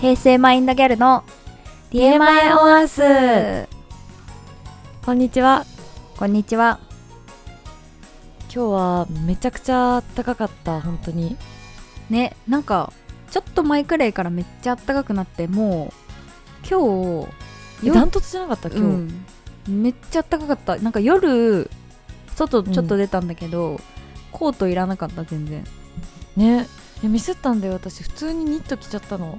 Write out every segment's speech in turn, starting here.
平成マインドギャルの DMI on Earth こんにちはこんにちは今日はめちゃくちゃ高かった本当にねなんかちょっと前くらいからめっちゃあったかくなってもう今日えダントツじゃなかった今日、うん、めっちゃあったかかったなんか夜外ちょっと出たんだけど、コートいらなかった全然ねえミスったんだよ私普通にニット着ちゃったの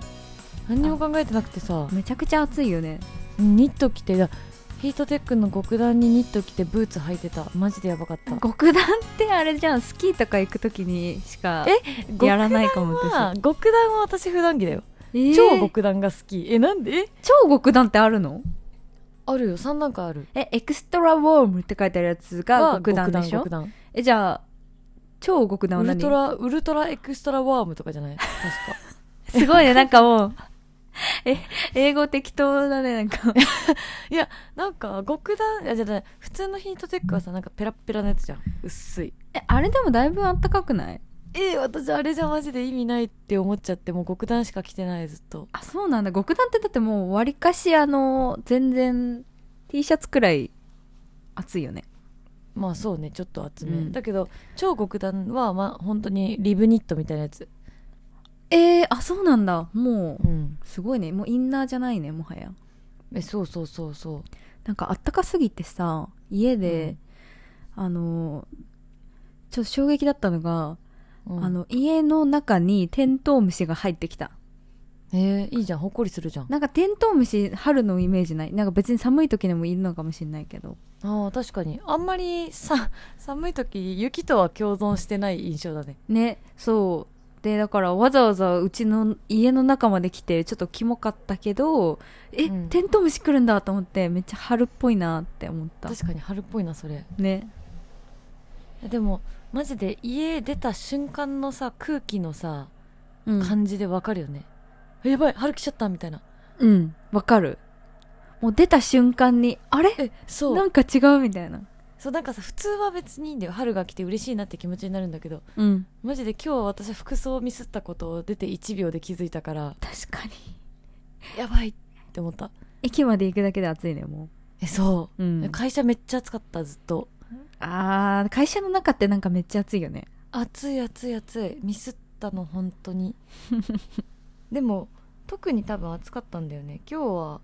何にも考えてなくてさめちゃくちゃ暑いよねニット着ていやヒートテックの極段にニット着てブーツ履いてたマジでやばかった極段ってあれじゃんスキーとか行く時にしかやらないかも極私、段は極段は私普段着だよ、えー超極段が好きえなんでえ超極段ってあるのあるよ3段階あるえエクストラウォームって書いてあるやつがは極段でしょ極段えじゃあ超極段ウはル何トラウルトラエクストラワームとかじゃない確かすごい ねなんかもうえ英語適当だねなんかなんか極段あじゃない普通のヒートテックはさなんかペラッペラのやつじゃん薄いえあれでもだいぶあったかくないえー、私あれじゃマジで意味ないって思っちゃってもう極段しか着てないずっとあそうなんだ極段ってだってもうわりかしあの全然 T シャツくらい暑いよねまあそうねちょっと厚め、うんだけど超極段はまあ本当にリブニットみたいなやつえー、あそうなんだもうんうすごいねもうインナーじゃないねもはやえそうそうそうそうなんかあったかすぎてさ家で、あのちょっと衝撃だったのが、うんあの家の中にテントウムシが入ってきたえー、いいじゃんほっこりするじゃんなんかテントウムシ春のイメージないなんか別に寒い時でもいるのかもしれないけどあー確かにあんまりさ寒い時雪とは共存してない印象だねねそうでだからわざわざうちの家の中まで来てちょっとキモかったけどえ、うんテントウムシ来るんだと思ってめっちゃ春っぽいなって思った確かに春っぽいなそれねえでもマジで家出た瞬間のさ空気のさうん感じでわかるよね、えやばい春来ちゃったみたいなうんわかるもう出た瞬間にあれえそうなんか違うみたいなそうなんかさ普通は別にいいんだよ春が来て嬉しいなって気持ちになるんだけどうんマジで今日私は服装をミスったことを出て1秒で気づいたから確かにやばいって思った駅まで行くだけで暑いねも、えそううう、ん、会社めっちゃ暑かったずっとあー会社の中ってなんかめっちゃ暑いよね暑い暑い暑いミスったの本当に でも特に多分暑かったんだよね今日は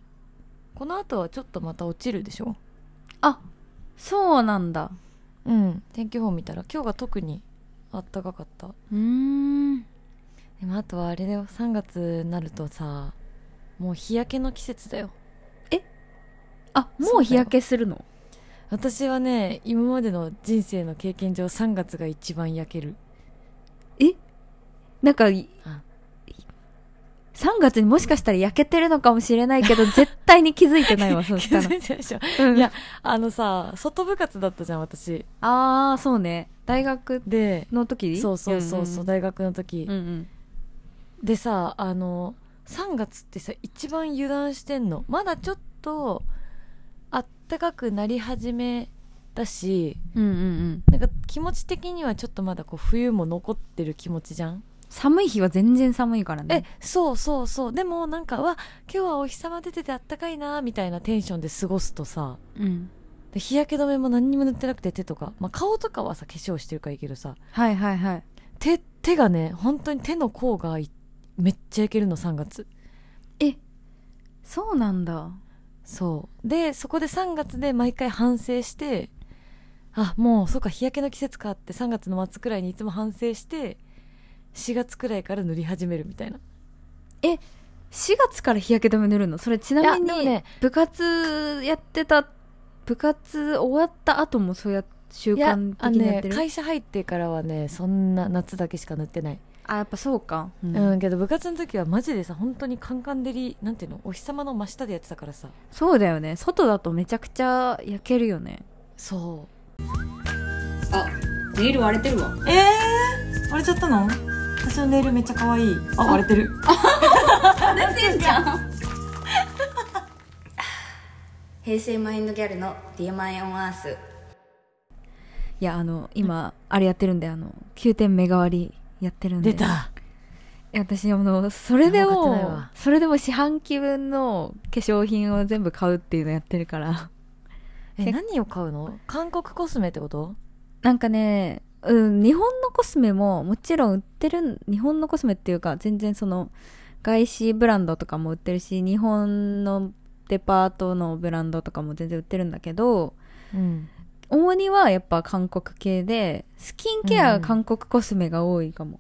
この後はちょっとまた落ちるでしょそうなんだうん天気予報見たら今日が特にあったかかったうーんでもあとはあれだよ3月になるとさもう日焼けの季節だよあもう日焼けするの私はね今までの人生の経験上3月が一番焼けるなんかいあ3月にもしかしたら焼けてるのかもしれないけ ど絶対 に気づいてないわそうしたら、づいたでしょうんいや あのさ外部活だったじゃん私ああそうね大学での時そうそうそうそう、大学の時、うんうんでさあの3月ってさ一番油断してんのまだちょっとあったかくなり始めだしうんうんうんなんか気持ち的にはちょっとまだこう冬も残ってる気持ちじゃん寒い日は全然寒いからえねそうそうそうでもなんかわ今日はお日様出ててあったかいなみたいなテンションで過ごすとさえ、うん、で日焼け止めも何にも塗ってなくて手とか、まあ、顔とかはさ化粧してるからいいけどさはいはいはい手手がね本当に手の甲がいめっちゃ焼けるの3月そうなんだそうでそこで3月で毎回反省してあもうそうか日焼けの季節かって3月の末くらいにいつも反省して4月くらいから塗り始めるみたいな4月から日焼け止め塗るのそれちなみいやでに、もね部活やってた部活終わった後もそうや習いやあ慣の的にやっねてるあ,、会社入ってからはねそんな夏だけしか塗ってないやっぱそうかうん、うん、けど部活の時はマジでさ本当にカンカン照りなんていうのお日様の真下でやってたからさそうだよね外だとめちゃくちゃ焼けるよねそネイル割れてるわえー、割れちゃったの私のネイルめっちゃ可愛いあ割れてる平成マインドギャルの DMI on Earth いやあの今あれやってるんであの9点目代わりやってるうんで出たや私あのそれでもう買ってないもわそれでも四半期分の化粧品を全部買うっていうのやってるからえせ何を買うの韓国コスメってことなんかね、うん、日本のコスメももちろん売ってるん日本のコスメっていうか全然その外資ブランドとかも売ってるし日本のデパートのブランドとかも全然売ってるんだけどうん主にはやっぱ韓国系でスキンケアうはん韓国コスメが多いかも、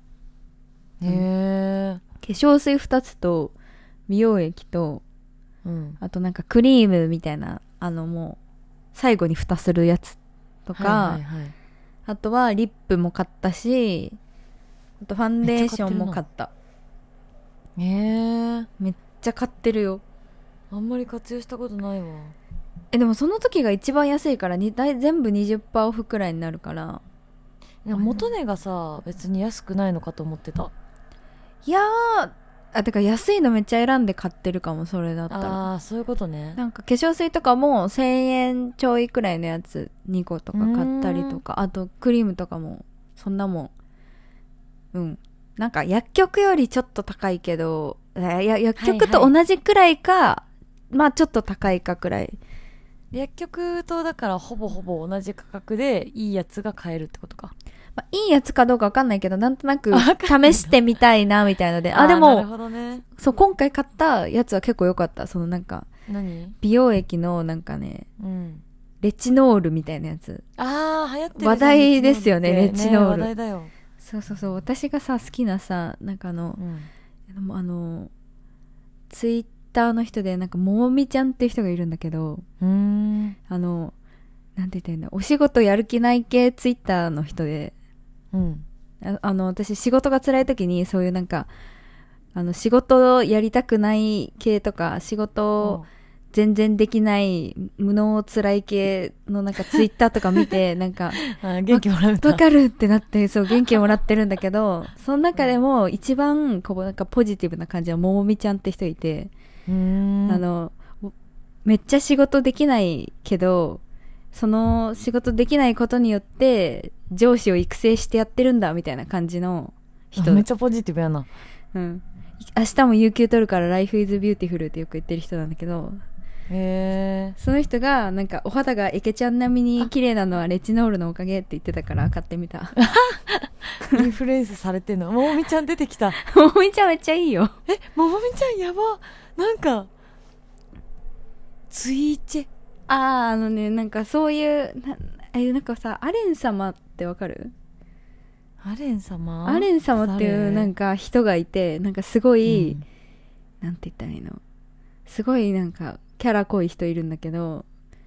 へえ化粧水2つと美容液とうんあとなんかクリームみたいなあのもう最後に蓋するやつとか、はいはいはいあとはリップも買ったし、あとファンデーションも買った。へえめっちゃ買ってるよ。あんまり活用したことないわえ、でもその時が一番安いから、に大全部20%オフくらいになるから。でも元値がさ別に安くないのかと思ってたいやー、あ、てか安いのめっちゃ選んで買ってるかも、それだったら。ああーそういうことねなんか化粧水とかも1000円ちょいくらいのやつ2個とか買ったりとか、あとクリームとかも、そんなもん。うん。なんか薬局よりちょっと高いけど、あいや薬局と同じくらいか、まあちょっと高いかくらい薬局とだからほぼほぼ同じ価格でいいやつが買えるってことかまあ、いいやつかどうかわかんないけど、なんとなくあわかんない試してみたいな、みたいの で。あ、ーでなるも、ほどねそう、今回買ったやつは結構良かった。そのなんか、何美容液のなんかね、うんレチノールみたいなやつ。ああ流行ってる話題ですよねレレチノール話題だよ、そうそうそう、私がさ、好きなさ、なんかあのう、ん、あの、ツイッターの人で、なんか、ももみちゃんっていう人がいるんだけど、うーんあの、なんて言ったらいいんだ、お仕事やる気ない系ツイッターの人で、うんああの、私仕事が辛い時にそういうなんか、あの、仕事をやりたくない系とか、仕事を全然できない、無能辛い系のなんかツイッターとか見 て、なんか、あ元気もらうわかるってなって、そう、元気をもらってるんだけど、その中でも一番、こう、なんかポジティブな感じは、ももみちゃんって人いて、うーんあの、めっちゃ仕事できないけど、その仕事できないことによって、上司を育成してやってるんだ、みたいな感じの人。めっちゃポジティブやなうん。明日も有給取るから Life is beautiful ってよく言ってる人なんだけど、へえその人がなんかお肌がエケちゃん並みに綺麗なのはレチノールのおかげって言ってたから買ってみた。 インフルエンスされてんのももみちゃん出てきたもみちゃんめっちゃいいよ。えももみちゃんやばなんかツイーチェああ、あのね、なんかそういう、な、え、なんかさ、アレン様ってわかるアレン様アレン様っていうなんかか人がいて、なんかすごい、なんて言ったらいいのすごいなんかキャラ濃い人いるんだけど、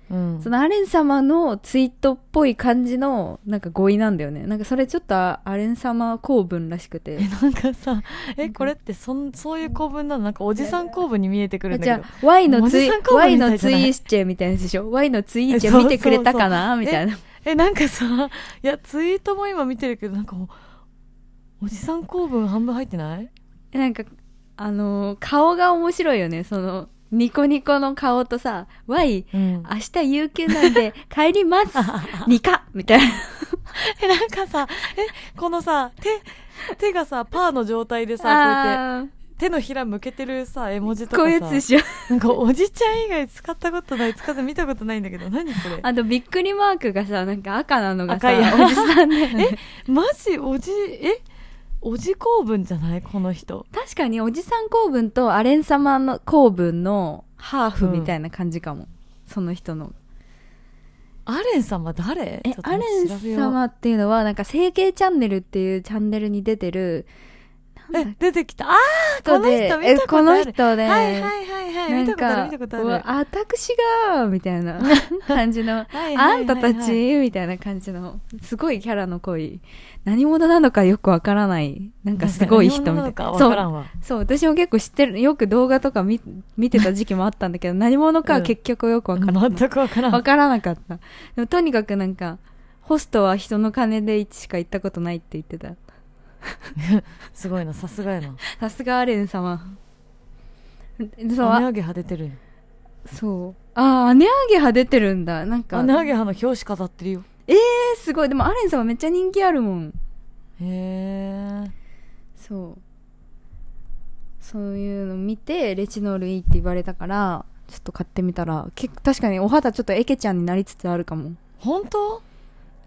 うん、そのアレン様のツイートっぽい感じのなんか語彙なんだよね。なんかそれちょっとアレン様構文らしくてえ。なんかさえこれってそんそういう構文なのなんかおじさん構文に見えてくるんだじけゃどあ Y のツイおじさん、構文 Y みたいのじゃツイないーチェみたいなやつでしょ ?Y のツイーチェ見てくれたかなそうそうそうみたいな。えなんかさいやツイートも今見てるけどなんかおおじさん構文半分入ってないえなんか、あのー顔が面白いよね。その、ニコニコの顔とさ、Y、う明ん日有給なんで帰ります ニカみたいな。えなんかさえこのさ手手がさパーの状態でさこうやってあー手のひら向けてるさ絵文字とこかういうやさつでしょ。なんかおじちゃん以外使ったことない使って見たことないんだけど何こ れあと、びっくりマークがさ、なんか赤なのがさ、赤いやおじさ んだよね。マジおじえおじ構文じゃないこの人確かにおじさん公文とアレン様の公文のハーフみたいな感じかも、その人のアレン様誰えちょっとア待レって調べンよう様っていうのはなんか整形チャンネルっていうチャンネルに出てるえ出てきたあーこので人見たことえこあるの人で、はいはいはいはい見なんたことあるか見たことうあわる私がみたいな 感じのはいはいはいはいあんたたちみたいな感じのすごいキャラの濃い何者なのかよくわからないなんかすごい人みたいな何者そのか分からうんわそう私も結構知ってるよく動画とか見見てた時期もあったんだけど何者かは結局よくわからな全くわからんわからなかったでもとにかくなんかホストは人の金で1しか行ったことないって言ってたすごいなさすがやなさすがアレン様そうアネあアゲハ出てるよそうあー姉上げ派出てるんだなんかアネアゲハの表紙飾ってるよえー、すごいでもアレン様めっちゃ人気あるもんへえそうそういうの見てレチノールいいって言われたからちょっと買ってみたら結構確かにお肌ちょっとエケちゃんになりつつあるかも本当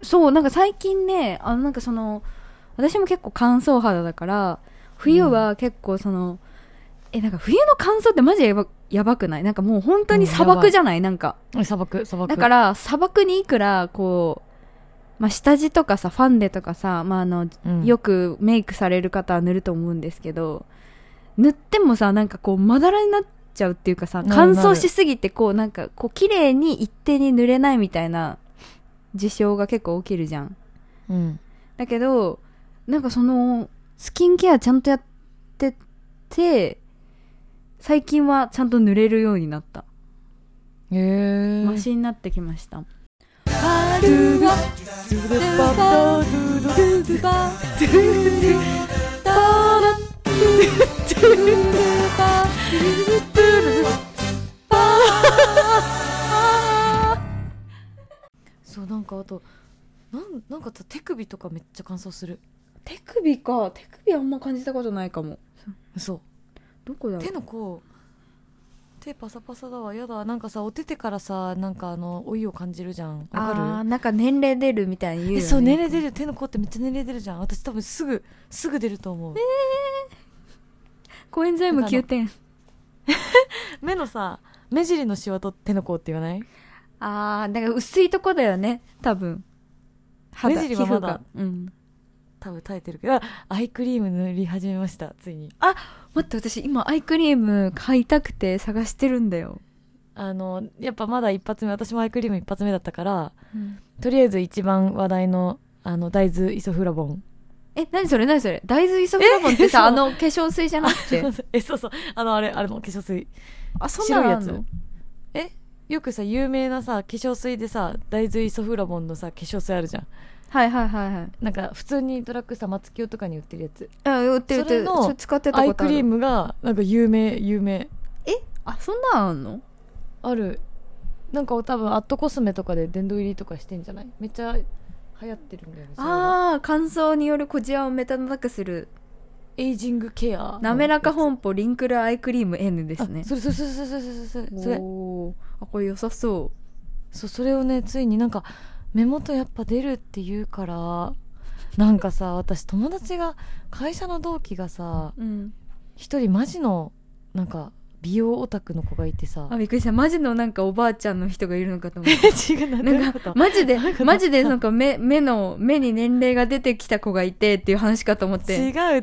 そうなんか最近ねあのなんかその私も結構乾燥肌だから冬は結構その、えなんか冬の乾燥ってマジやばやばくないなんかもう本当に砂うんやば漠いじゃないなんか砂漠砂漠だから砂漠にいくらこう、まあ、下地とかさファンデとかさ、まあ、あのうんよくメイクされる方は塗ると思うんですけど塗ってもさなんかこうまだらになっちゃうっていうかさなるな乾る燥しすぎてこうなんかこう綺麗に一定に塗れないみたいな事象が結構起きるじゃんうんだけどなんかそのスキンケアちゃんとやってて最近はちゃんと塗れるようになったへえマシになってきましたそうなんかあとなんなんか手首とかめっちゃ乾燥する手首か手首あんま感じたことないかも嘘どこだろう手の甲手パサパサだわやだなんかさお手手からさなんかあの老いを感じるじゃんわあかーるなんか年齢出るみたいに言うよ、えね、そう年齢出る手の甲ってめっちゃ年齢出るじゃん私多分すぐすぐ出ると思うコエンザイム9点目のさ目尻のシワと手の甲って言わないあーなんか薄いとこだよね多分肌目尻はま皮膚だがうん多分耐えてるけどあアイクリーム塗り始めましたついに待って私今アイクリーム買いたくて探してるんだよ、あのやっぱまだ一発目私もアイクリーム一発目だったからとりあえず一番話題のあの大豆イソフラボンえ何それ何それ大豆イソフラボンってさえあの化粧水じゃなくて えそうそうあのあれあれの化粧水 あそんなのあん白いのやよくさ有名なさ化粧水でさ大豆イソフラボンのさ化粧水あるじゃんはいはいはいはいなんか普通にドラッグストア松清とかに売ってるやつあ売ってる売ってるそれのそれ使ってたアイことあクるリームがなんか有名有名あそんなのあんのあるなんか多分アットコスメとかで殿堂入りとかしてんじゃないめっちゃ流行ってるんだよねそれはあー乾燥による小じわを目立たなくするエイジングケア滑らか本舗リンクルアイクリーム N ですねあそれそれそれそれそれそれそれおーあこれ良さそうそうそれをねついになんか目元やっぱ出るって言うからなんかさ私友達が会社の同期がさうん、一人マジのなんか美容オタクの子がいてさあびっくりしたマジのなんかおばあちゃんの人がいるのかと思った違 うななんんかかマジでなんかマジでなんか目目の目に年齢が出てきた子がいてっていう話かと思っ違う違てう違うえ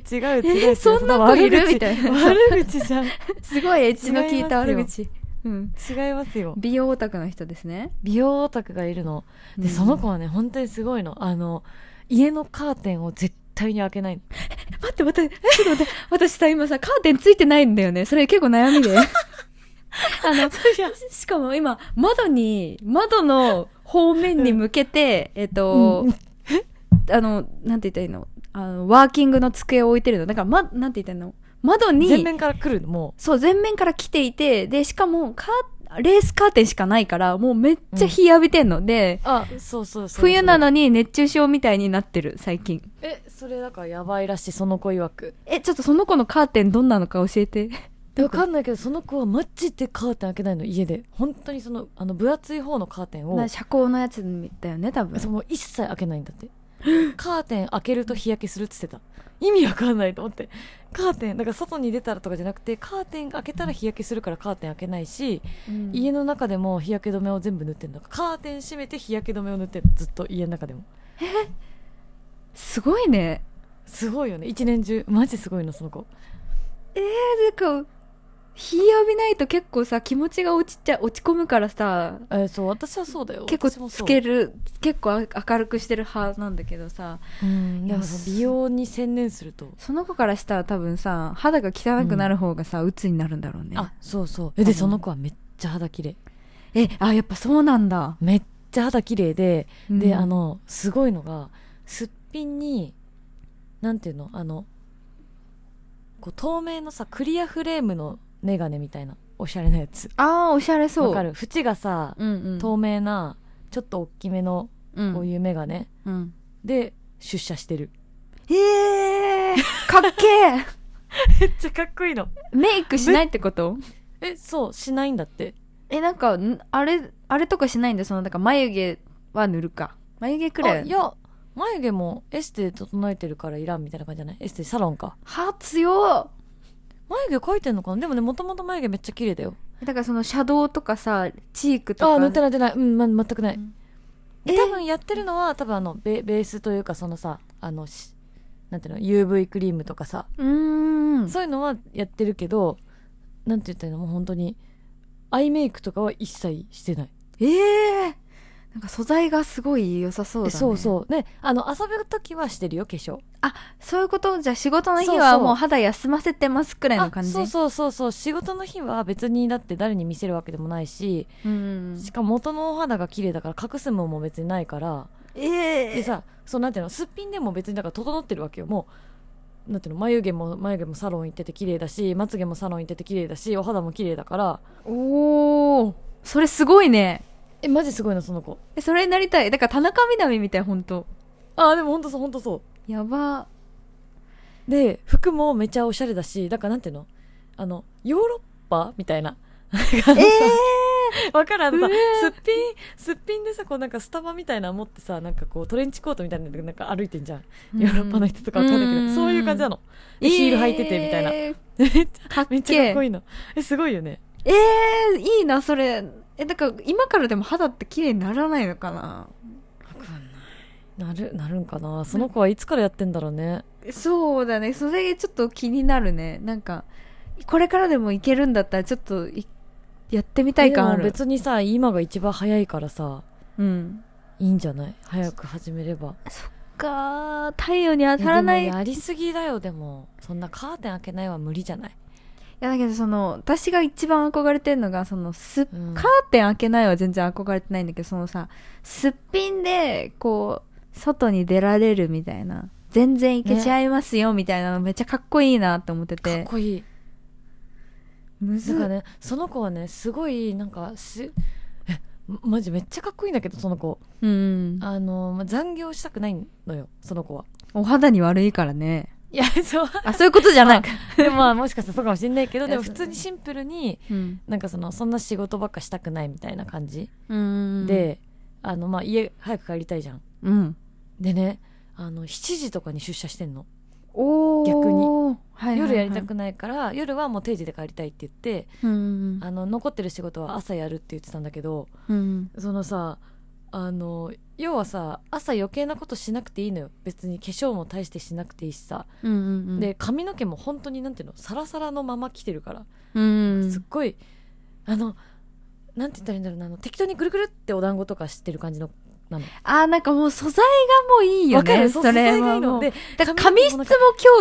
ーそんな子いるみたいな悪口悪口じゃん違すごいエッジの効いた違い悪ます口、うん、いますよ美容オタクの人ですね美容オタクがいるので、うんその子はね本当にすごいのあの家のカーテンを絶対に開けないの待って待ってちょっと待って私さ今さカーテンついてないんだよねそれ結構悩みであ の しかも今窓に窓の方面に向けて、えっと、あのなんて言ったらいいのあのワーキングの机を置いてるのだから、ま、なんて言ったらいいの窓に全面から来るのもそう前面から来ていてでしかもカーレースカーテンしかないからもうめっちゃ日浴びてんので、うあそうそうそう冬なのに熱中症みたいになってる最近えそれだからやばいらしいその子曰くえちょっとその子のカーテンどんなのか教えてわかんないけどその子はマジでカーテン開けないの家で本当にそのあの分厚い方のカーテンを な社交のやつだよね多分その一切開けないんだってカーテン開けると日焼けするって言ってた意味わかんないと思ってカーテンだから外に出たらとかじゃなくてカーテン開けたら日焼けするからカーテン開けないし、家の中でも日焼け止めを全部塗ってんだカーテン閉めて日焼け止めを塗ってんのずっと家の中でもすごいねすごいよね一年中マジすごいのその子なんか日浴びないと結構さ気持ちが落ちちゃ落ち込むからさえーそう私はそうだよ結私も構そつうける結構明るくしてる派なんだけどさうんいいやや美容に専念するとその子からしたら多分さ肌が汚くなる方がさ、鬱になるんだろうねあそうそうあえのでその子はめっちゃ肌綺麗えあやっぱそうなんだ、めっちゃ肌綺麗で、うんであのすごいのがすっぴんになんていうのあのこう透明のさクリアフレームのメガネみたいなおしゃれなやつあーおしゃれそうわかる縁がさ、うんうん透明なちょっと大きめのうんこういうメガネうんで出社してる、 へえー、かっけえめっちゃかっこいいのメイクしないってことえそうしないんだってえなんかんあれあれとかしないんだそのだから眉毛は塗るか眉毛くらあいいや眉毛もエステで整えてるからいらんみたいな感じじゃないエステサロンかは強っ眉毛描いてんのかなでもねもともと眉毛めっちゃ綺麗だよだからそのシャドウとかさチークとあかあ塗ってない塗ってないうん、ま、全くない、うんでえ多分やってるのは多分あのベベースというかそのさあのしなんていうの UV クリームとかさ、うーんそういうのはやってるけどなんて言ったらいいのもう本当にアイメイクとかは一切してないええなんか素材がすごい良さそうだねそうそうねあの遊ぶ時はしてるよ化粧そういうことじゃあ仕事の日そうはそうもう肌休ませてますくらいの感じあそうそうそうそう仕事の日は別にだって誰に見せるわけでもないし、うんしかも元のお肌が綺麗だから隠すもんも別にないからえでさそうなんていうのすっぴんでも別にだから整ってるわけよもうなんていうの眉毛も眉毛もサロン行ってて綺麗だしまつげもサロン行ってて綺麗だしお肌も綺麗だからおおそれすごいねえマジすごいのその子えそれになりたいだから田中みな実みたいほんとあーでもほんとそうほんとそうやばで服もめちゃおしゃれだしだからなんていうのあのヨーロッパみたいなあのさ わかるあのさうわすっぴんすっぴんでさこうなんかスタバみたいなの持ってさなんかこうトレンチコートみたいなのでなんか歩いてんじゃん、ヨーロッパの人とかわかんないけど、うんそういう感じなの、でヒール履いててみたいな、えめっちー、かっ ゃめっけちゃかっえこいいのえすごいよねえー、いいなそれえだから今からでも肌って綺麗にならないのかななるなるんかなその子はいつからやってんだろうねそうだねそれちょっと気になるねなんかこれからでもいけるんだったらちょっといやってみたい感あでるも別にさ今が一番早いからさうんいいんじゃない早く始めればか太陽に当たらないやでもいやりすぎだよでもそんなカーテン開けないは無理じゃない、やだけどその私が一番憧れてるのがそのすっうんカーテン開けないは全然憧れてないんだけどそのさすっぴんでこう外に出られるみたいな全然いけちゃいますよみたいなのめっちゃかっこいいなと思って、かってこいいむなずんかねその子はねすごいなんかしえマジめっちゃかっこいいんだけどその子うんあのまあ残業したくないのよその子はお肌に悪いからねいやそうあそういうことじゃない、でもまあもしかしたらそうかもしれないけどいやでもそ普う通にシンプルにうんなんかそのそんな仕事ばっかしたくないみたいな感じ、うんであのまあ家早く帰りたいじゃんうんでねあの7時とかに出社してんの、おー逆に、はいはいはい、夜やりたくないから夜はもう定時で帰りたいって言ってうんあの残ってる仕事は朝やるって言ってたんだけどうんそのさあの要はさ朝余計なことしなくていいのよ別に化粧も大してしなくていいしさ、うんうんで髪の毛も本当になんていうのサラサラのまま来てるから、うんすっごいあのなんて言ったらいいんだろうなあの適当にぐるぐるってお団子とかしてる感じのなのあーなんかもう素材がもういいよわねかるそうそ素れ材がいはいものうでだから髪質も強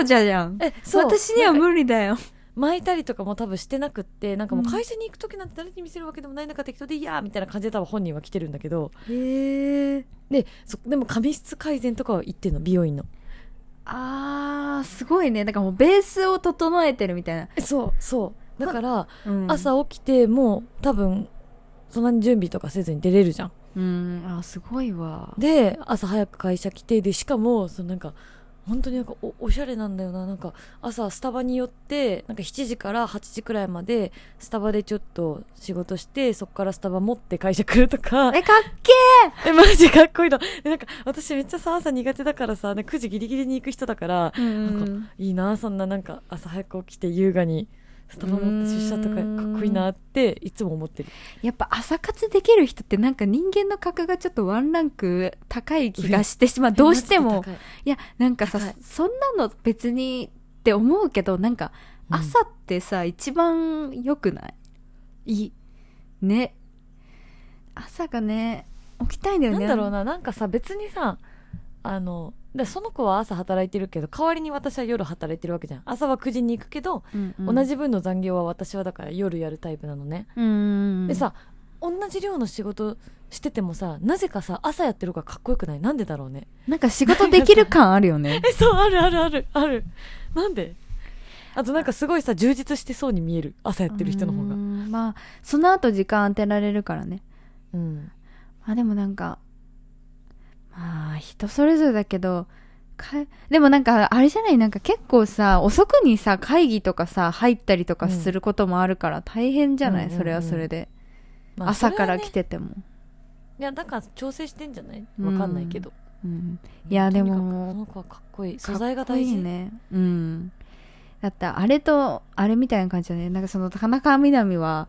者じゃんえそう私にはなんか無理だよ巻いたりとかも多分してなくってなんかもううん会社に行く時なんて誰に見せるわけでもない中適当でいいやーみたいな感じで多分本人は来てるんだけどへえでそでも髪質改善とかは言ってんの美容院のあーすごいねだからもうベースを整えてるみたいな、えそうそうだからうん朝起きてもう多分そんなに準備とかせずに出れるじゃんうんあーすごいわで朝早く会社来てでしかもそのなんか本当になんかおおしゃれなんだよななんか朝スタバに寄ってなんか7時から8時くらいまでスタバでちょっと仕事してそこからスタバ持って会社来るとかえかっけえマジかっこいいのでなんか私めっちゃさ朝苦手だからさなんか9時ギリギリに行く人だからえ、んいいなそんななんか朝早く起きて優雅にスタバ持って出社とかうかーんっこいいなっていつも思ってるやっぱ朝活できる人ってなんか人間の格がちょっとワンランク高い気が してしまうどうしてもえマジでいやなんかさ高いそんなの別にって思うけどなんか高い朝ってさ、一番良くないいいね朝がね起きたいんだうよんねなんだろうななんかさ別にさあのでその子は朝働いてるけど代わりに私は夜働いてるわけじゃん朝は9時に行くけど、うんうん、同じ分の残業は私はだから夜やるタイプなのね、うんうんうんでさ同じ量の仕事しててもさなぜかさ朝やってる方がかっこよくないなんでだろうねなんか仕事できる感あるよねえそうあるあるあるあるなんであとなんかすごいさ充実してそうに見える朝 やってる人の方うがんまあその後時間当てられるからねうんまあでもなんかまあ人それぞれだけどかでもなんかあれじゃないなんか結構さ遅くにさ会議とかさ入ったりとかすることもあるから大変じゃない、うんうんうんそれはそれで、まあ朝それかはらね来てても、いやだから調整してんじゃないわかんないけど、うんいやでとにもかくこの子はかっこいい素材が大かっ事こいいねうんだってあれとあれみたいな感じだねなんかその田中みな実は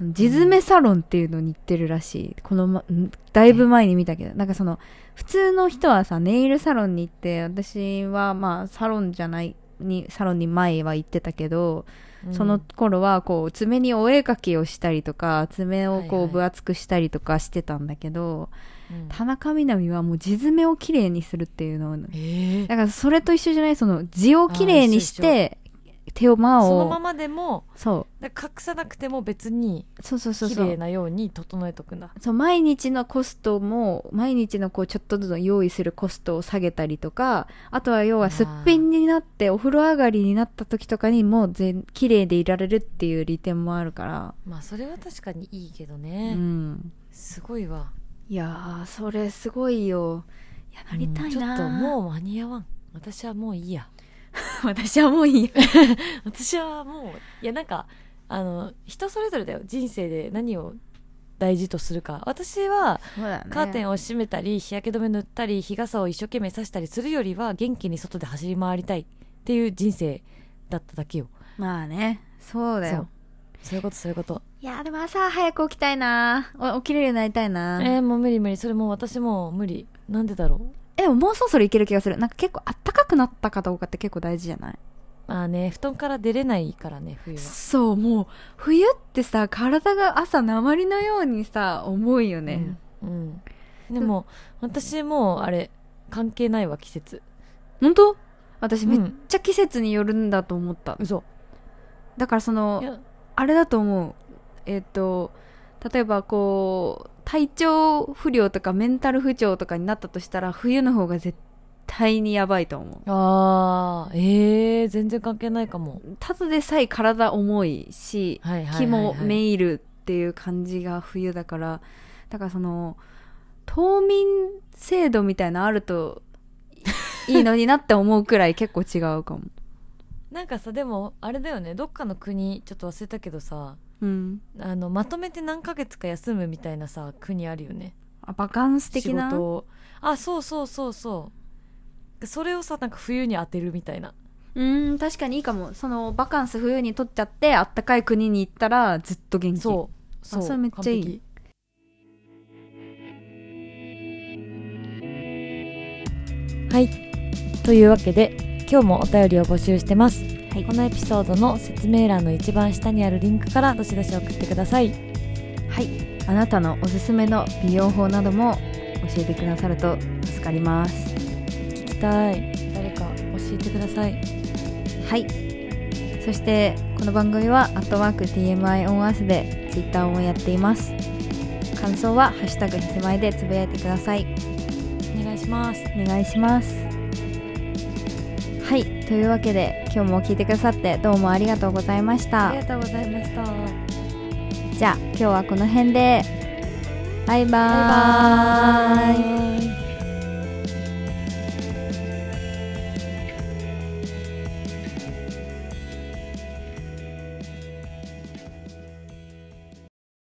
あの地詰めサロンっていうのに行ってるらしい、この、ま、んだいぶ前に見たけどなんかその普通の人はさネイルサロンに行って私はまあサロンじゃないにサロンに前は行ってたけど、うんその頃はこう爪にお絵描きをしたりとか爪をはいこはうい分厚くしたりとかしてたんだけど、うん田中みな実はもう地詰めをきれいにするっていうのをえ えだからそれと一緒じゃないその字をきれいにして手を間そのまをまでもそうだから隠さなくても別にそうそうそう綺そ麗うなように整えとくんだそう毎日のコストも毎日のこうちょっとずつ用意するコストを下げたりとかあとは要はすっぴんになってお風呂上がりになった時とかにもう全綺麗でいられるっていう利点もあるから、まあそれは確かにいいけどうね、ん、すごいわいやーそれすごいよいやなりたいな、うんちょっともう間に合わん私はもういいや 私はもういいや 私はもういやなんかあの人それぞれだよ人生で何を大事とするか私はカーテンを閉めたり日焼け止め塗ったり日傘を一生懸命さしたりするよりは元気に外で走り回りたいっていう人生だっただけよまあねそうだそようそういうことそういうこといやーでも朝早く起きたいなーお起きれるようになりたいなーえー、もう無理無理それもう私もう無理なんでだろえでももうそろそろいける気がするなんか結構あったかくなったかどうかって結構大事じゃないうああね布団から出れないからね冬はそうもう冬ってさ体が朝鉛のようにさ重いよね、うん、うん、でも私もうあれ関係ないわ季節本当私めっうんちゃ季節によるんだと思った、嘘だからそのいやあれだと思うえっ、と例えばこう体調不良とかメンタル不調とかになったとしたら冬の方が絶対にやばいと思うあーえー、全然関係ないかも、ただでさえ体重いしはいはいはいはい気もめいるっていう感じが冬だからだからその冬眠制度みたいなのある といいいのになって思うくらい結構違うかも。なんかさでもあれだよねどっかの国ちょっと忘れたけどさうん、あのまとめて何ヶ月か休むみたいなさ国あるよねあバカンス的な仕事をあそうそうそうそうそれをさなんか冬に当てるみたいなうん確かにいいかもそのバカンス冬に取っちゃってあったかい国に行ったらずっと元気そうそうそれめっちゃいい完璧はいというわけで今日もお便りを募集してます、はいこのエピソードの説明欄の一番下にあるリンクからどしどし送ってくださいはいあなたのおすすめの美容法なども教えてくださると助かります聞きたい誰か教えてくださいはい。そしてこの番組はアットマーク TMI オンアースでツイッターもやっています。感想はハッシュタグひつまいでつぶやいてください。お願いしますお願いします。はい。というわけで今日も聞いてくださってどうもありがとうございましあたり。がとうございましたバイじゃあ今日はこの辺で。バイバーイ。バーイ